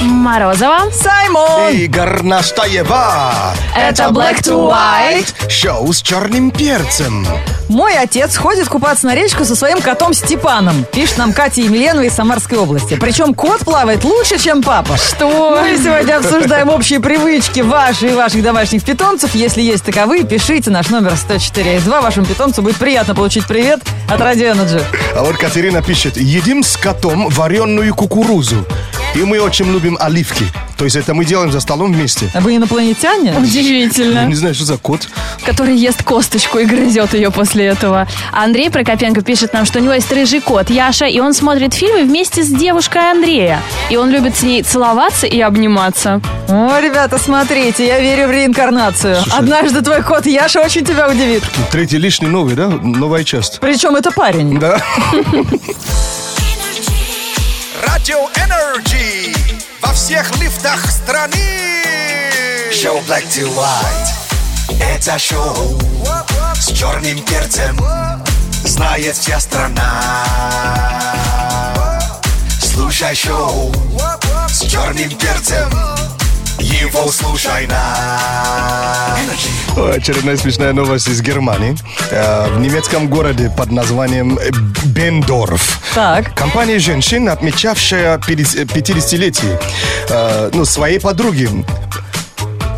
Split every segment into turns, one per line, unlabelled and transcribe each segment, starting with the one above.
Морозова.
Саймон!
И Горнаштаева.
Это Black to White.
Шоу с черным перцем.
Мой отец ходит купаться на речку со своим котом Степаном. Пишет нам Катя Емельянова из Самарской области. Причем кот плавает лучше, чем папа.
Что?
Мы сегодня обсуждаем общие привычки ваши и ваших домашних питомцев. Если есть таковые, пишите наш номер 104.2. Вашему питомцу будет приятно получить привет от Radio Energy.
А вот Катерина пишет, едим с котом вареную кукурузу. И мы очень любим оливки. То есть это мы делаем за столом вместе.
А Вы инопланетяне?
Я
Удивительно.
не знаю, что за кот.
Который ест косточку и грызет ее после этого. А Андрей Прокопенко пишет нам, что у него есть рыжий кот Яша, и он смотрит фильмы вместе с девушкой Андрея. И он любит с ней целоваться и обниматься.
О, ребята, смотрите, я верю в реинкарнацию. Однажды твой кот Яша очень тебя удивит.
Третий лишний новый, да? Новая часть.
Причем это парень.
Да. Радио Energy во всех лифтах страны. Шоу Black to White. Это шоу с черным перцем. Знает вся страна. Слушай шоу с черным перцем. Его слушай на Ой, Очередная смешная новость из Германии. Э, В немецком городе под названием э, Бендорф.
Так.
Компания женщин, отмечавшая 50- 50-летие э, ну, своей подруги.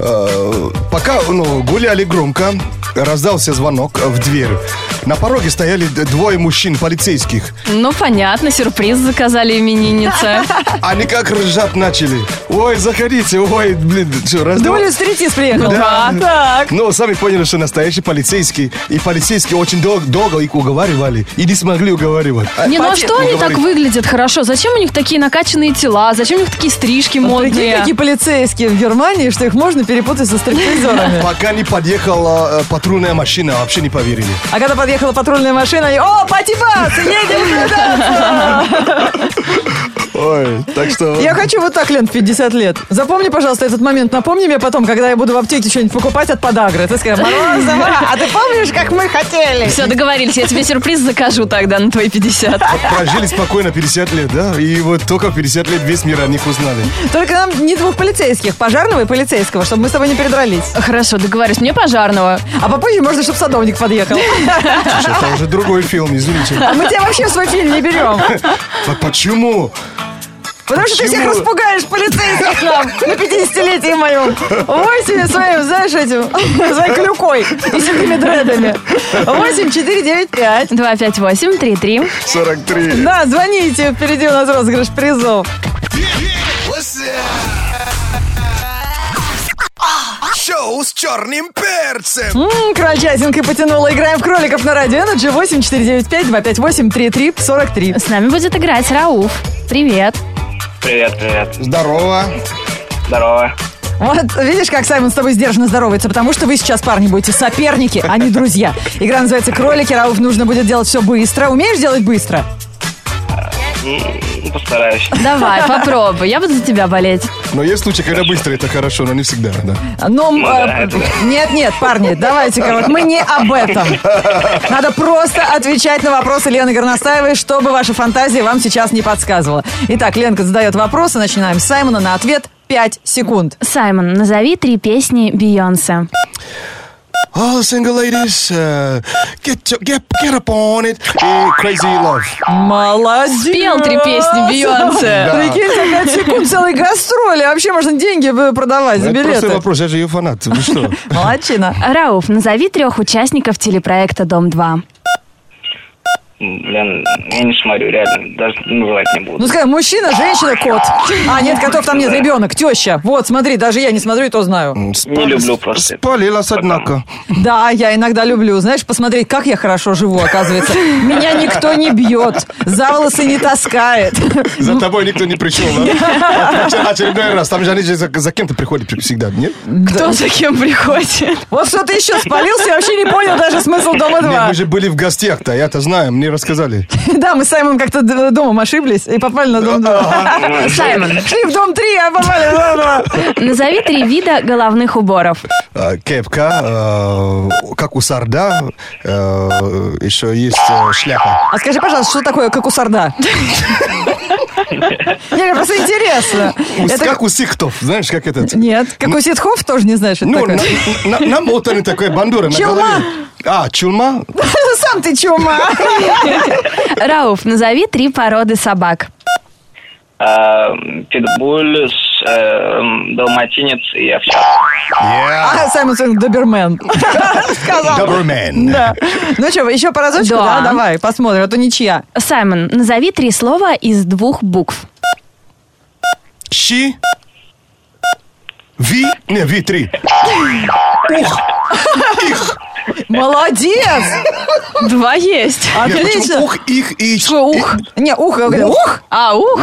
Э, пока ну, гуляли громко, раздался звонок в дверь. На пороге стояли д- двое мужчин, полицейских.
Ну, понятно, сюрприз заказали имениннице.
Они как ржать начали. Ой, заходите, ой, блин, что, раздавали?
Думали, стритиз приехал.
Да.
А, так.
Но сами поняли, что настоящий полицейский. И полицейские очень дол- долго их уговаривали. И не смогли уговаривать. А,
Не, ну а
пати-
что они так
уговорить.
выглядят хорошо? Зачем у них такие накачанные тела? Зачем у них такие стрижки
Прикинь,
модные?
какие полицейские в Германии, что их можно перепутать со стриптизерами.
Пока не подъехала э, патрульная машина, вообще не поверили.
А когда подъехала патрульная машина, они, о, патипас, едем кататься!»
Ой, так что...
Я хочу вот так, Лен, в 50 лет. Запомни, пожалуйста, этот момент. Напомни мне потом, когда я буду в аптеке что-нибудь покупать от подагры. Ты скажешь, «Морозова, а ты помнишь, как мы хотели?
Все, договорились, я тебе сюрприз закажу тогда на твои 50.
Прожили спокойно 50 лет, да? И вот только в 50 лет весь мир о них узнали.
Только нам не двух полицейских, пожарного и полицейского, чтобы мы с тобой не передрались.
Хорошо, договорюсь, мне пожарного.
А попозже можно, чтобы садовник подъехал.
Слушай, Это уже другой фильм, извините.
А мы тебя вообще в свой фильм не берем.
А Почему?
Потому что ты всех
Почему?
распугаешь полицейских нам на 50-летие моем. Ой, себе своим, знаешь, этим, своей клюкой и синими дредами. 8 4 9 5.
258 33.
43.
Да, звоните, впереди у нас розыгрыш призов.
Шоу с черным перцем.
М, Крольчатинка М-м, потянула. Играем в кроликов на радио Energy 8 4 9 5 2 5 8 3 3 43.
С нами будет играть Рауф. Привет.
Привет, привет.
Здорово.
Здорово.
Вот видишь, как Саймон с тобой сдержанно здоровается, потому что вы сейчас, парни, будете соперники, а не друзья. Игра называется «Кролики». Рауф нужно будет делать все быстро. Умеешь делать быстро?
М, Ну, Постараюсь.
Давай, попробуй, я буду за тебя болеть.
Но есть случаи, когда быстро это хорошо, но не всегда, да.
Но
Ну да,
э,
это да.
нет, нет, парни, давайте-ка, вот мы не об этом. Надо просто отвечать на вопросы Лены Горностаевой, чтобы ваша фантазия вам сейчас не подсказывала. Итак, Ленка задает вопросы, начинаем с Саймона на ответ 5 секунд.
Саймон, назови три песни Бейонсе.
All single ladies, uh, get, your- get, get up on it. И Crazy Love.
Молодец!
Пел три песни Бейонсе.
Да.
Прикиньте, 5 секунд целый гастроли. Вообще можно деньги бы продавать за
Это простой
билеты.
вопрос, я же ее фанат. Вы что?
Молодчина.
Рауф, назови трех участников телепроекта «Дом-2».
М, Блин, я не смотрю, реально. Даже называть не буду.
Ну, скажем, мужчина, женщина, кот. А, нет, котов там нет, ребенок, теща. Вот, смотри, даже я не смотрю и то знаю.
Не люблю просто.
Спалилась, однако.
Да, я иногда люблю. Знаешь, посмотреть, как я хорошо живу, оказывается. Меня никто не бьет, за волосы не таскает.
За тобой никто не пришел, да? Оч- Очередной раз. Там же они же за, за кем-то приходят всегда, нет?
Ну
Кто за кем приходит?
Вот что ты еще спалился, я вообще не понял даже смысл
Не, мы
«Дома-2».
же были в гостях-то, я-то знаю, мне рассказали.
Да, мы с Саймоном как-то д- домом ошиблись и попали на «Дом-2».
Саймон,
Шли в «Дом-3», а попали на «Дом-2».
назови три вида головных уборов.
Э, Кепка, э, как у Сарда, э, еще есть э, шляпа.
А скажи, пожалуйста, что такое кокусарда? Нет, просто интересно.
Ус-
Это-
Как у сиктов, знаешь, как этот...
Нет, как у ситхов тоже не знаешь, что это
Ну,
такое.
на- на- намотанный такой бандура на
Чулма.
голове. А, чулма?
Сам ты чума.
Рауф, назови три породы собак.
А, Питбуль, с, эм, далматинец и овчарка.
Yeah.
А Саймон Свинг добермен. Сказал.
Добермен.
Да. Ну что, еще по разочку, да?
Да.
Давай, посмотрим, а то ничья.
Саймон, назови три слова из двух букв.
Щи. Ви. Не, ви три. Ух. Их.
Молодец!
Два есть.
Нет,
Отлично!
почему Ух, их и...
Что, А, ух?
Не, ух, я говорю, ух!
А, ух.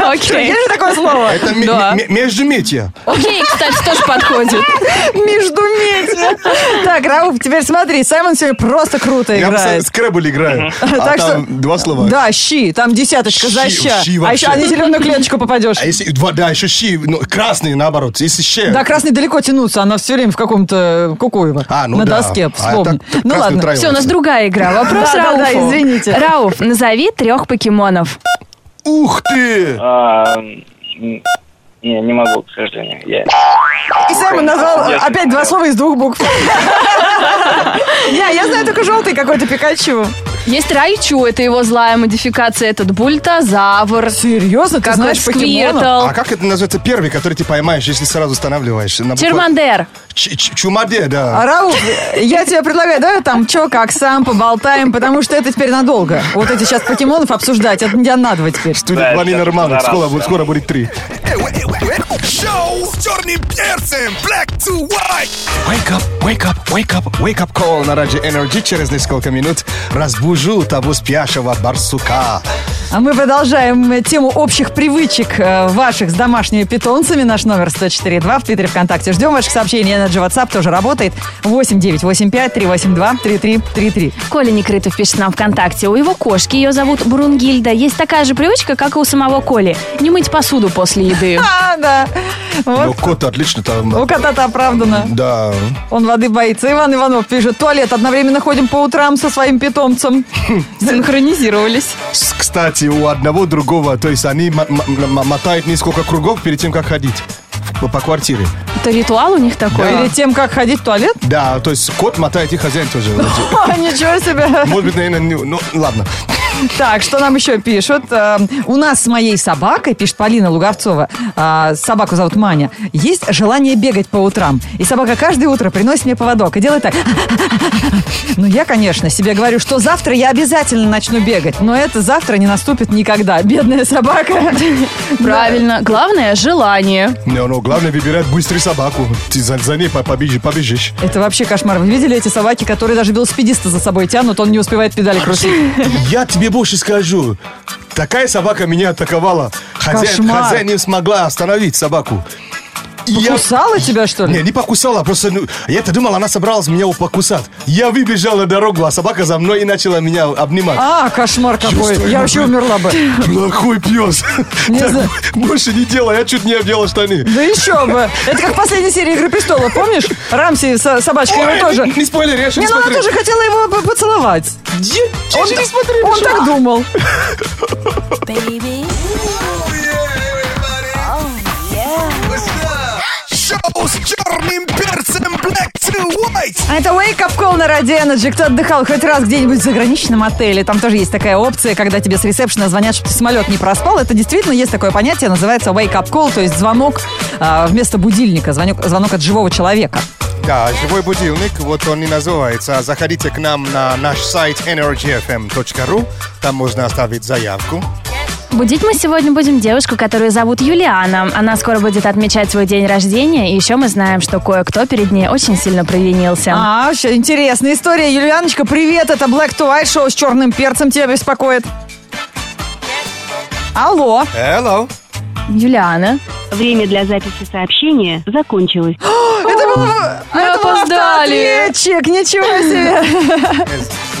Окей.
Есть же такое слово?
Это
Да.
междуметье.
Окей, кстати, тоже подходит.
Междуметие. Так, Рауф, теперь смотри, Саймон сегодня просто круто
Я постоянно
играет.
скрэбл играю. А
Так что-
там два слова.
Да, щи, там десяточка за
Щи,
ща.
щи
А еще
вообще.
а на зеленую клеточку попадешь.
А если два, да, еще щи, ну, красный наоборот, если щи.
Да, красный далеко тянуться, она все время в каком-то Кукуево.
А, ну
на
да.
доске,
А,
вспомни.
так- так
ну
красный
ладно.
утраивается.
Все, у нас другая игра. Вопрос
Да, да,
Рауфу.
да, извините.
Рауф, назови трех покемонов.
Ух ты!
А, м, Не, не могу, к сожалению. Я...
И Саймон назвал
Нет,
опять два
нет.
слова из двух букв. Я, я знаю только желтый какой-то Пикачу.
Есть Райчу, это его злая модификация, этот бультозавр.
Серьезно, ты
Как
знаешь покемонов?
Сквиртл.
А как это называется первый, который ты поймаешь, если сразу останавливаешь? На букву-
Чермандер.
Ч- ч- Чумаде, да.
А, Рауф, я тебе предлагаю, давай там чё, как, сам поболтаем, потому что это теперь надолго. Вот эти сейчас покемонов обсуждать, это я на два теперь.
Тут
Да,
Ванина
сейчас
Романовна,
за раз,
скоро,
да.
будет- скоро будет три.
Шоу с черным перцем. Black to white.
Wake up, wake up, wake up, wake up call на радио Energy. Через несколько минут разбужу того спящего барсука.
А мы продолжаем э, тему общих привычек э, ваших с домашними питомцами. Наш номер 104.2 в Твиттере ВКонтакте. Ждем ваших сообщений. Energy WhatsApp тоже работает. 8985 382 3333.
Коля Некрытов пишет нам ВКонтакте. У его кошки, ее зовут Брунгильда, есть такая же привычка, как и у самого Коли. Не мыть посуду после еды.
А, да.
Ну,
Вот.
кот отлично там.
У кота-то оправдано.
Да.
Он воды боится. Иван Иванов пишет, туалет одновременно ходим по утрам со своим питомцем. Синхронизировались.
С- Кстати, у одного другого, то есть они м- м- м- мотают несколько кругов перед тем, как ходить в- по квартире.
Это ритуал у них такой.
Перед тем, как ходить в туалет?
Да, то есть кот мотает и хозяин тоже.
О, Ничего себе.
Может быть, наверное, не- ну ладно.
Так, что нам еще пишут? Э, У нас с моей собакой, пишет Полина Луговцова, э, собаку зовут Маня, есть желание бегать по утрам. И собака каждое утро приносит мне поводок и делает так. Ну, я, конечно, себе говорю, что завтра я обязательно начну бегать, но это завтра не наступит никогда. Бедная собака.
Правильно. Главное – желание.
Но, но ну, главное выбирать быструю собаку. Ты за, за ней по- побежи- побежишь.
Это вообще кошмар. Вы видели эти собаки, которые даже велосипедиста за собой тянут, он не успевает педали крутить?
Я тебе больше скажу. Такая собака меня атаковала. Хозяин,
Кошмар.
хозяин не смогла остановить собаку. И я-
Кусала тебя, что ли?
Не, не покусала, просто ну, я-то думал, она собралась меня его покусать. Я выбежал на дорогу, а собака за мной и начала меня обнимать.
А, кошмар какой.
Чувствую.
Я вообще умерла бы.
Плохой пес.
А- Не
Так
знаю.
Больше не делай, я чуть не обдела штаны.
Да еще бы. Это как последняя серия «Игры престолов», помнишь? Рамси, со- собачка, его тоже.
Не спойлери, я еще
Не,
не
ну она
смотрел.
тоже хотела его п- поцеловать.
Я- я же не смотрел.
Он так думал.
Oh,
Oh,
Шоу с черным перцем. Black to white.
А это Wake Up Call на Radio Energy. Кто отдыхал хоть раз где-нибудь в заграничном отеле? Там тоже есть такая опция, когда тебе с ресепшена звонят, чтобы ты самолет не проспал. Это действительно есть такое понятие, называется Wake Up Call, то есть звонок а, вместо будильника, звонок, звонок от живого человека.
Да, живой будильник, вот он и называется. Заходите к нам на наш сайт energyfm.ru, там можно оставить заявку.
Будить мы сегодня будем девушку, которую зовут Юлиана. Она скоро будет отмечать свой день рождения, и еще мы знаем, что кое-кто перед ней очень сильно провинился.
А, вообще интересная история. Юлианочка, привет, это Black to White шоу с черным перцем тебя беспокоит. Алло.
Hello.
Юлиана.
Время для записи сообщения закончилось.
Это был, это был
А, опоздали.
автоответчик, ничего себе.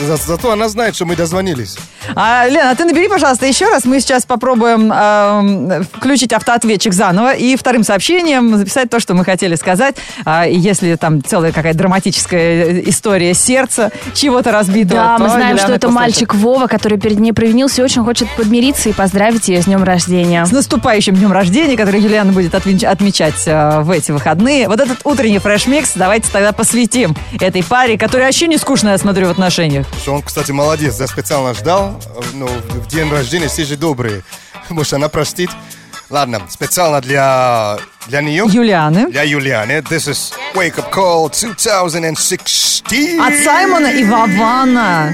Э, за- зато она знает, что мы дозвонились.
А, Лена, ты набери, пожалуйста, еще раз. Мы сейчас попробуем эм, включить автоответчик заново и вторым сообщением записать то, что мы хотели сказать. А, и если там целая какая-то драматическая э, история сердца чего-то разбитого,
Да,
то
мы знаем,
Юлиана
что это
услышит.
мальчик Вова, который перед ней провинился и очень хочет подмириться и поздравить ее с днем рождения.
С наступающим днем рождения, который Юлиана будет отвенч- отмечать э, в эти выходные. Вот этот утренний фреш-микс давайте тогда посвятим этой паре, которая вообще не скучная, я смотрю, в отношениях.
Что он, кстати, молодец, да, специально ждал. Э, Ну, в в день рождения все же добрые. Может, она простит. Ладно, специально для, для нее,
Юлианы.
для Юлианы. This is Wake Up Call 2016.
От Саймона и Вавана.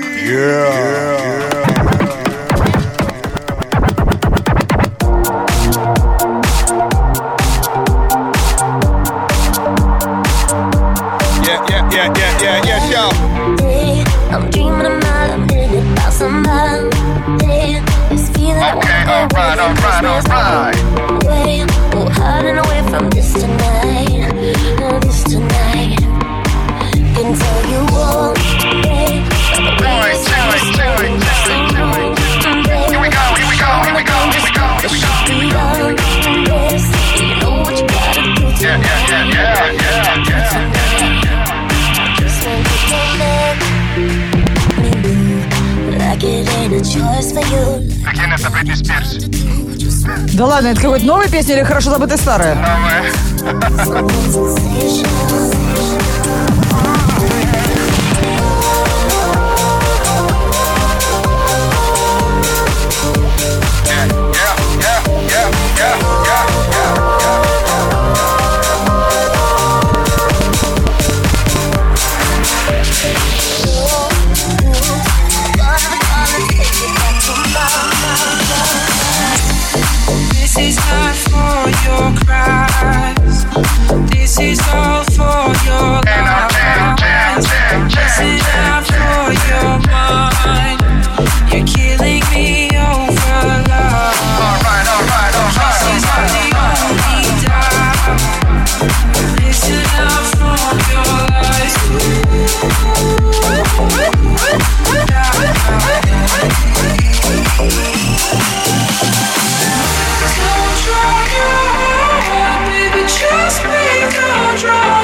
Yeah, yeah, yeah, yeah, yeah, yeah, yeah.
Day, I'm dreaming of mine, I'm living about someone. Day, this feeling
Okay,
I won't get
alright,
away from
alright,
Christmas
alright.
away. We're hiding away from this tonight, oh, this tonight. Can tell you won't stay, but the way you say it's going, it's going, babe.
Here we go, here we go, here we go, here we go, here
There
we go.
should be love in this. You know what you gotta do
Yeah, yeah, yeah, yeah, yeah, yeah.
just want you to make me move like it ain't a choice for you.
Again, это Бритни Спирс.
To do what you want.
Да ладно, это какая-то новая песня или хорошо забытая старая?
Новая. Yeah, yeah, yeah, yeah, yeah, yeah, yeah, yeah.
This is not for your cries. This is all for your lies. This is not for your mind. You're killing me over love. This is not the only time. Listen up from your lies. Don't try your hard, baby, just be control.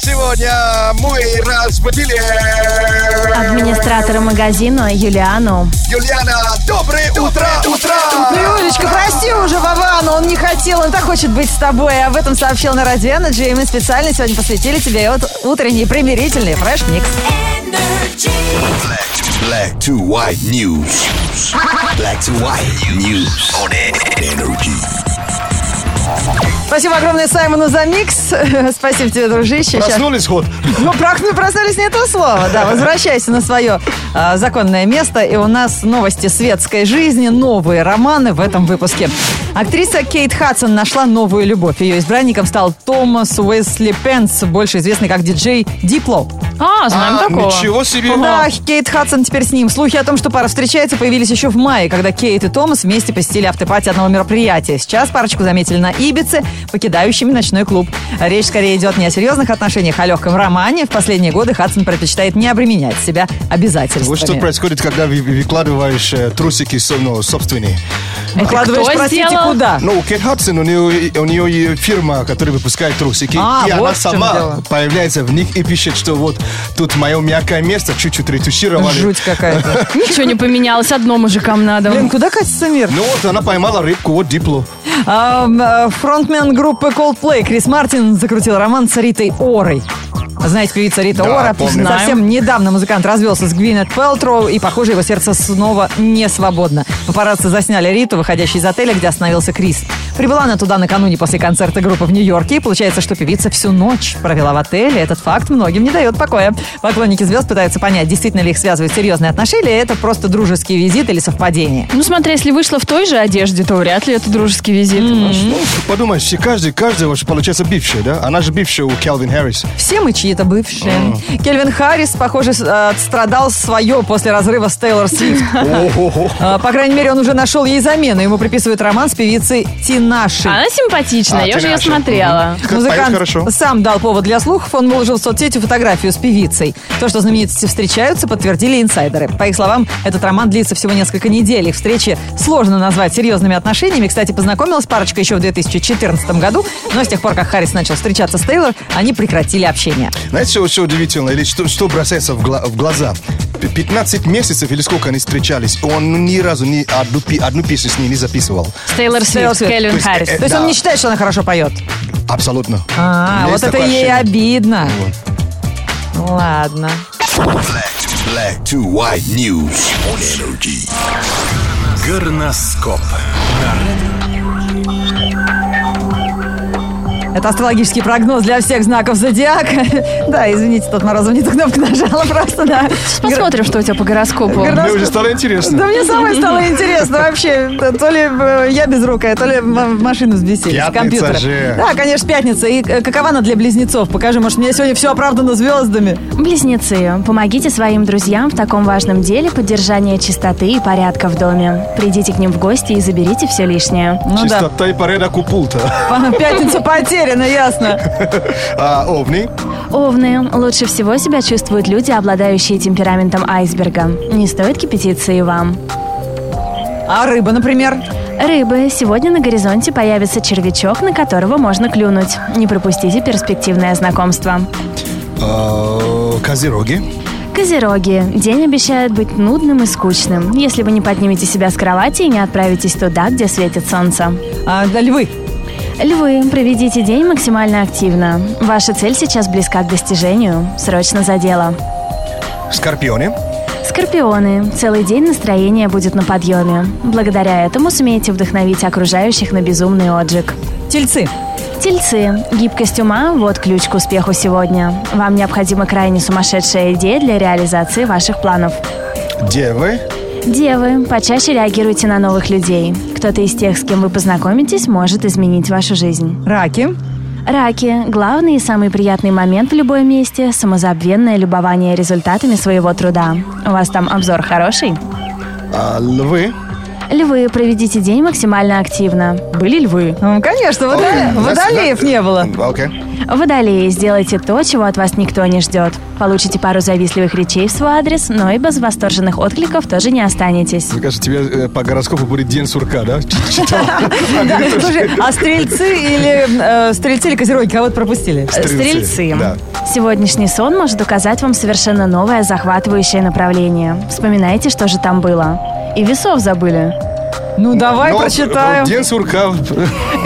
Сегодня мы разбудили
Администратора магазина Юлиану.
Юлиана. Доброе утро, утро.
Юлечка, прости уже Вовану, он не хотел, он так хочет быть с тобой. Об этом сообщил на Радио Energy, и мы специально сегодня посвятили тебе вот утренний примирительный фреш-микс.
Black to white news. Black to white news on energy.
Спасибо огромное Саймону за микс. Спасибо тебе, дружище. Сейчас-
Проснулись ход.
Ну, прах- проснулись не то слово. Да, возвращайся на свое а, законное место. И у нас новости светской жизни, новые романы в этом выпуске. Актриса Кейт Хадсон нашла новую любовь. Ее избранником стал Томас Уэсли Пенс, больше известный как диджей Дипло.
А, знаем такого.
Ничего себе.
Да, Кейт Хадсон теперь с ним. Слухи о том, что пара встречается, появились еще в мае, когда Кейт и Томас вместе посетили автопати одного мероприятия. Сейчас парочку заметили на Ибице, покидающими ночной клуб. Речь скорее идет не о серьезных отношениях, а о легком романе. В последние годы Хадсон предпочитает не обременять себя обязательствами.
Вот что происходит, когда вы- вы- выкладываешь э, трусики со- ну, собственные.
Выкладываешь,
кто
простите,
сделал?
куда?
Ну, у Кейт Хадсон, у нее, у нее фирма, которая выпускает трусики.
А,
и
вот
она
в чем
сама
дело.
появляется в них и пишет, что вот тут мое мягкое место чуть-чуть ретушировали.
Жуть какая-то.
Ничего не поменялось, одно мужикам надо.
Блин, куда катится мир?
Ну вот, она поймала рыбку, вот дипло.
А, м, э, Фронтмен группы Coldplay Крис Мартин закрутил роман с Ритой Орой. Знаете, певица Рита
Да,
Ора?
помню.
Совсем недавно музыкант развелся с Гвинет Пелтроу, и, похоже, его сердце снова не свободно. Папарацци засняли Риту, выходящей из отеля, где остановился Крис. Прибыла она туда накануне после концерта группы в Нью-Йорке, и получается, что певица всю ночь провела в отеле. Этот факт многим не дает покоя. Поклонники звезд пытаются понять, действительно ли их связывают серьезные отношения, или это просто дружеский визит или совпадение.
Ну, смотри, если вышла в той же одежде, то вряд ли это дружеский визит.
Ну, подумаешь, и каждый, каждый вообще получается бивший, да? Она же бившая у Келвин Харрис.
Все мы чьи-то бывшие. Кельвин Харрис, похоже, с- э, отстрадал свое после разрыва с Тейлор Свифт.
О-хо-хо.
Э, По крайней мере, он уже нашел ей замену. Ему приписывают роман с певицей Тинаши.
Она симпатичная,
А,
я
ты
уже ее
наша.
смотрела.
Мгм. Как поет хорошо.
сам дал повод для слухов. Он выложил в соцсети фотографию с певицей. То, что знаменитости встречаются, подтвердили инсайдеры. По их словам, этот роман длится всего несколько недель. Их встречи сложно назвать серьезными отношениями. Кстати, познакомилась парочка еще в 2014 году. Но с тех пор, как Харрис начал встречаться с Тейлор, они прекратили общение.
Знаете, что, что удивительно, или что, что бросается в, гла- в глаза? П- 15 месяцев или сколько они встречались, он ни разу ни одну, пи- одну песню с ней не записывал.
С Тейлор
Тейлор
Свифт,
Свифт.
Кельвин
есть,
Харрис.
э,
То есть он
Да.
не считает, что она хорошо поет?
Абсолютно.
А,
У меня
вот
есть
это
такое
ей
ощущение.
обидно. Ладно.
Black to white news on energy. Горноскоп.
Это астрологический прогноз для всех знаков зодиака. Да, извините, тут Морозов не ту кнопку нажала просто, да.
Посмотрим, что у тебя по гороскопу.
Гор-
Мне уже стало интересно.
Да мне самой стало интересно вообще. То ли э, я безрукая, то ли м- машину взбесили с
Пятница
компьютера.
же.
Да, конечно, пятница. И э, какова она для близнецов? Покажи, может, мне сегодня все оправдано звездами.
Близнецы, помогите своим друзьям в таком важном деле поддержания чистоты и порядка в доме. Придите к ним в гости и заберите все лишнее.
Ну да,
Чистота и порядок у пульта.
п- пятница потеряна, ясно.
А, овны.
Овны. Лучше всего себя чувствуют люди, обладающие темпераментом айсберга. Не стоит кипятиться и вам.
А рыба, например?
Рыбы. Сегодня на горизонте появится червячок, на которого можно клюнуть. Не пропустите перспективное знакомство.
А, козероги.
Козероги. День обещает быть нудным и скучным, если вы не поднимете себя с кровати и не отправитесь туда, где светит солнце.
А, да, львы.
Львы, проведите день максимально активно. Ваша цель сейчас близка к достижению. Срочно за дело.
Скорпионы.
Скорпионы. Целый день настроение будет на подъеме. Благодаря этому сумеете вдохновить окружающих на безумный отжиг.
Тельцы.
Тельцы. Гибкость ума – вот ключ к успеху сегодня. Вам необходима крайне сумасшедшая идея для реализации ваших планов.
Девы.
Девы. Почаще реагируйте на новых людей. Кто-то из тех, с кем вы познакомитесь, может изменить вашу жизнь.
Раки.
Раки. Главный и самый приятный момент в любом месте – самозабвенное любование результатами своего труда. У вас там обзор хороший?
а, львы.
Львы, проведите день максимально активно. Были львы.
Ну, конечно, водо-
Ой, у нас-
водолеев не было.
Окей.
Водолеи, сделайте то, чего от вас никто не ждет. Получите пару завистливых речей в свой адрес, но и без восторженных откликов тоже не останетесь.
Мне кажется, тебе э, по гороскопу будет день сурка, да? Читал.
Слушай, а стрельцы или э, стрельцы или козероги кого-то пропустили?
Стрельцы.
Да.
Сегодняшний сон может указать вам совершенно новое захватывающее направление. Вспоминайте, что же там было. И весов забыли.
Ну давай
Но,
прочитаем.
э, День сурка.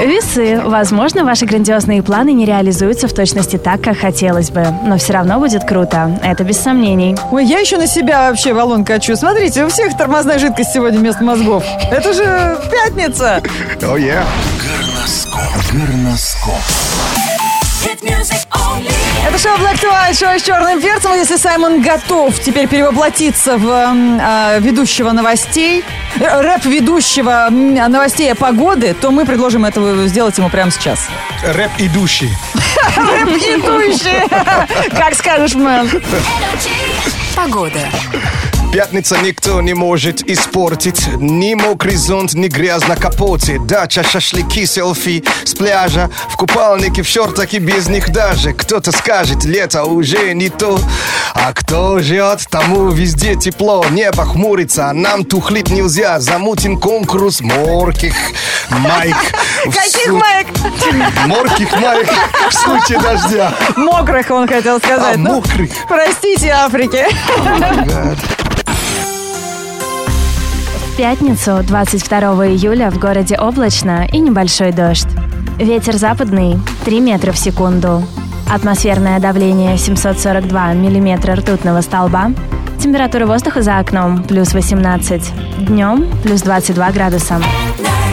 Весы. Возможно, ваши грандиозные планы не реализуются в точности так, как хотелось бы. Но все равно будет круто. Это без сомнений.
Ой, я еще на себя вообще валун качу. Смотрите, у всех тормозная жидкость сегодня вместо мозгов. Это же пятница.
О, yeah.
Горноскоп. Горноскоп.
Это шоу Black to White, шоу с черным перцем. И Если Саймон готов теперь перевоплотиться в эм, а, ведущего новостей, э, рэп-ведущего м, а, новостей о погоде, то мы предложим этого сделать ему прямо сейчас.
Рэп идущий.
Ведущий! Как скажешь, мэн.
Пятница никто не может испортить Ни мокрый зонт, ни грязь на капоте Дача, шашлыки, селфи с пляжа В купальнике, в шортах и без них даже Кто-то скажет, лето уже не то А кто живет, тому везде тепло Небо хмурится, а нам тухлить нельзя Замутим конкурс морких майк В
Каких
су-
моих
Морких майк в случае дождя
мокрых, он хотел сказать.
А,
Ну,
мокрых.
Простите, Африке.
В пятницу, 22 июля, в городе облачно и небольшой дождь. Ветер западный 3 метра в секунду. Атмосферное давление 742 миллиметра ртутного столба. Температура воздуха за окном плюс 18. Днем плюс 22 градуса.
Night. Oh.